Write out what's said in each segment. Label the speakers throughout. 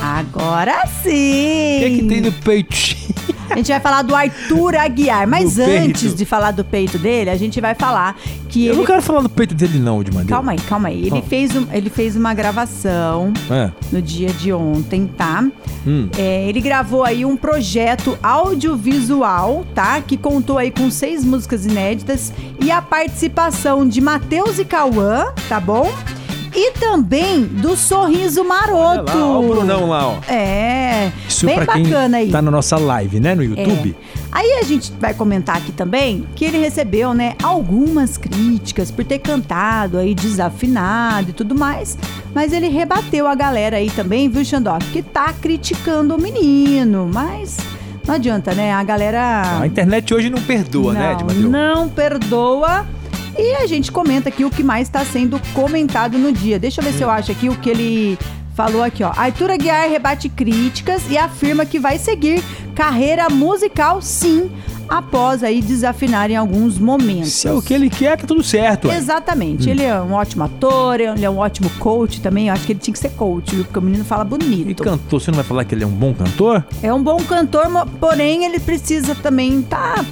Speaker 1: Agora sim!
Speaker 2: O que, é que tem no peitinho?
Speaker 1: A gente vai falar do Arthur Aguiar, mas
Speaker 2: Do
Speaker 1: antes
Speaker 2: peito.
Speaker 1: de falar do peito dele, a gente vai falar que
Speaker 2: Eu
Speaker 1: ele.
Speaker 2: não quero falar do peito dele, não, de maneira.
Speaker 1: Calma aí, calma aí. Ele
Speaker 2: Calma.
Speaker 1: fez, um- ele fez uma gravação
Speaker 2: É.
Speaker 1: no dia de ontem, tá?
Speaker 2: Hum.
Speaker 1: É, ele gravou aí um projeto audiovisual, tá? Que contou aí com seis músicas inéditas e a participação de Matheus e Cauã, tá bom? E também do Sorriso
Speaker 2: Olha
Speaker 1: Maroto.
Speaker 2: lá, ó, o Brunão lá, ó.
Speaker 1: É,
Speaker 2: Isso
Speaker 1: bem
Speaker 2: pra
Speaker 1: bacana
Speaker 2: quem
Speaker 1: aí. É,
Speaker 2: tá na nossa live, né, no YouTube.
Speaker 1: Aí a gente vai comentar aqui também que ele recebeu, né, algumas críticas por ter cantado aí desafinado e tudo mais, mas ele rebateu a galera aí também, viu, Xandó, que tá criticando o menino, mas não adianta, né? A galera
Speaker 2: A internet hoje não perdoa, né, de
Speaker 1: não,
Speaker 2: maneira.
Speaker 1: não perdoa. E a gente comenta aqui o que mais está sendo comentado no dia. Deixa eu ver se eu acho aqui o que ele falou aqui, ó. Arthur Aguiar rebate críticas e afirma que vai seguir carreira musical sim, após aí desafinar em alguns momentos.
Speaker 2: Se é o que ele Hum. quer, tá tudo certo. ué.
Speaker 1: Exatamente. Ele é um ótimo ator, ele é um ótimo coach também. Eu acho que ele tinha que ser coach, viu? Porque o menino fala
Speaker 2: E
Speaker 1: bonito.
Speaker 2: cantor, você não vai falar que ele é um bom cantor?
Speaker 1: É um bom cantor, mo- porém ele precisa também tá.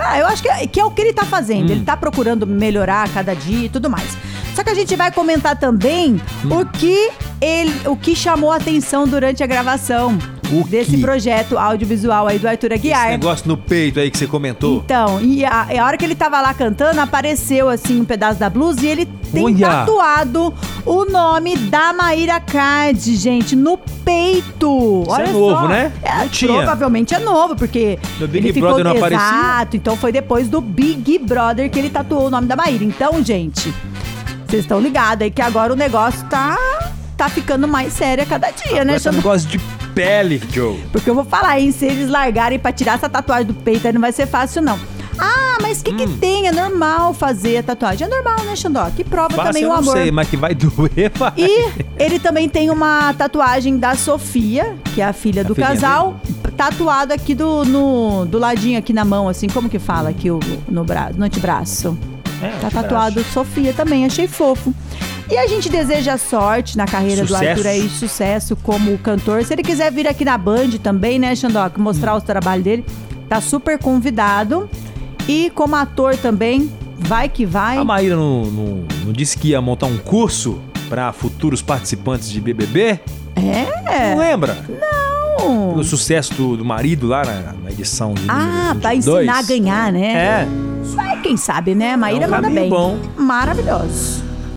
Speaker 1: Ah, eu acho que é, que é o que ele tá fazendo.
Speaker 2: Hum.
Speaker 1: Ele tá procurando melhorar a cada dia e tudo mais. Só que a gente vai comentar também
Speaker 2: Hum.
Speaker 1: o que ele, o que chamou a atenção durante a gravação
Speaker 2: O
Speaker 1: desse
Speaker 2: quê?
Speaker 1: projeto audiovisual aí do Arthur
Speaker 2: Esse
Speaker 1: Aguiar.
Speaker 2: negócio no peito aí que você comentou.
Speaker 1: Então, e a, e a hora que ele tava lá cantando, apareceu assim um pedaço da blusa e ele tem
Speaker 2: Olha!
Speaker 1: tatuado o nome da Maíra Card, gente, no peito.
Speaker 2: Isso
Speaker 1: Olha
Speaker 2: é novo,
Speaker 1: só.
Speaker 2: né?
Speaker 1: É,
Speaker 2: Não tinha.
Speaker 1: Provavelmente é novo, porque
Speaker 2: No Big
Speaker 1: ele ficou
Speaker 2: Brother não aparecia?
Speaker 1: Exato, então foi depois do Big Brother que ele tatuou o nome da Maíra. Então, gente, vocês estão ligados aí que agora o negócio tá tá ficando mais sério a cada dia, né,
Speaker 2: Esse
Speaker 1: Xandu?
Speaker 2: tá negócio de pele, Joe.
Speaker 1: Porque eu vou falar, hein? Se eles largarem pra tirar essa tatuagem do peito, aí não vai ser fácil, não. Ah, mas o que, que
Speaker 2: Hum.
Speaker 1: tem? É normal fazer a tatuagem. É normal, né, Xandó? Que prova
Speaker 2: Fácil
Speaker 1: também
Speaker 2: eu
Speaker 1: o
Speaker 2: não
Speaker 1: amor.
Speaker 2: sei, mas que vai doer, vai.
Speaker 1: E ele também tem uma tatuagem da Sofia, que é a filha do
Speaker 2: filhinha
Speaker 1: casal, tatuado aqui do, no, do ladinho aqui na mão, assim, como que fala aqui o, no, bra, no antebraço?
Speaker 2: É,
Speaker 1: Tá tatuado Sofia também, achei fofo. E a gente deseja sorte na carreira do
Speaker 2: Sucesso.
Speaker 1: Arthur aí, sucesso como cantor. Se ele quiser vir aqui na Band também, né, Xandoca, mostrar os trabalhos dele, tá super convidado. E como ator também, vai que vai.
Speaker 2: A Maíra não, não, não disse que ia montar um curso pra futuros participantes de BBB?
Speaker 1: É?
Speaker 2: Não lembra?
Speaker 1: Não.
Speaker 2: O sucesso do, do marido lá na, na edição de
Speaker 1: Então, Ah,
Speaker 2: número
Speaker 1: pra
Speaker 2: 22.
Speaker 1: ensinar a ganhar, né?
Speaker 2: É.
Speaker 1: Vai, quem sabe, né? Maíra
Speaker 2: É um
Speaker 1: manda
Speaker 2: caminho
Speaker 1: bem.
Speaker 2: bom.
Speaker 1: Maravilhoso.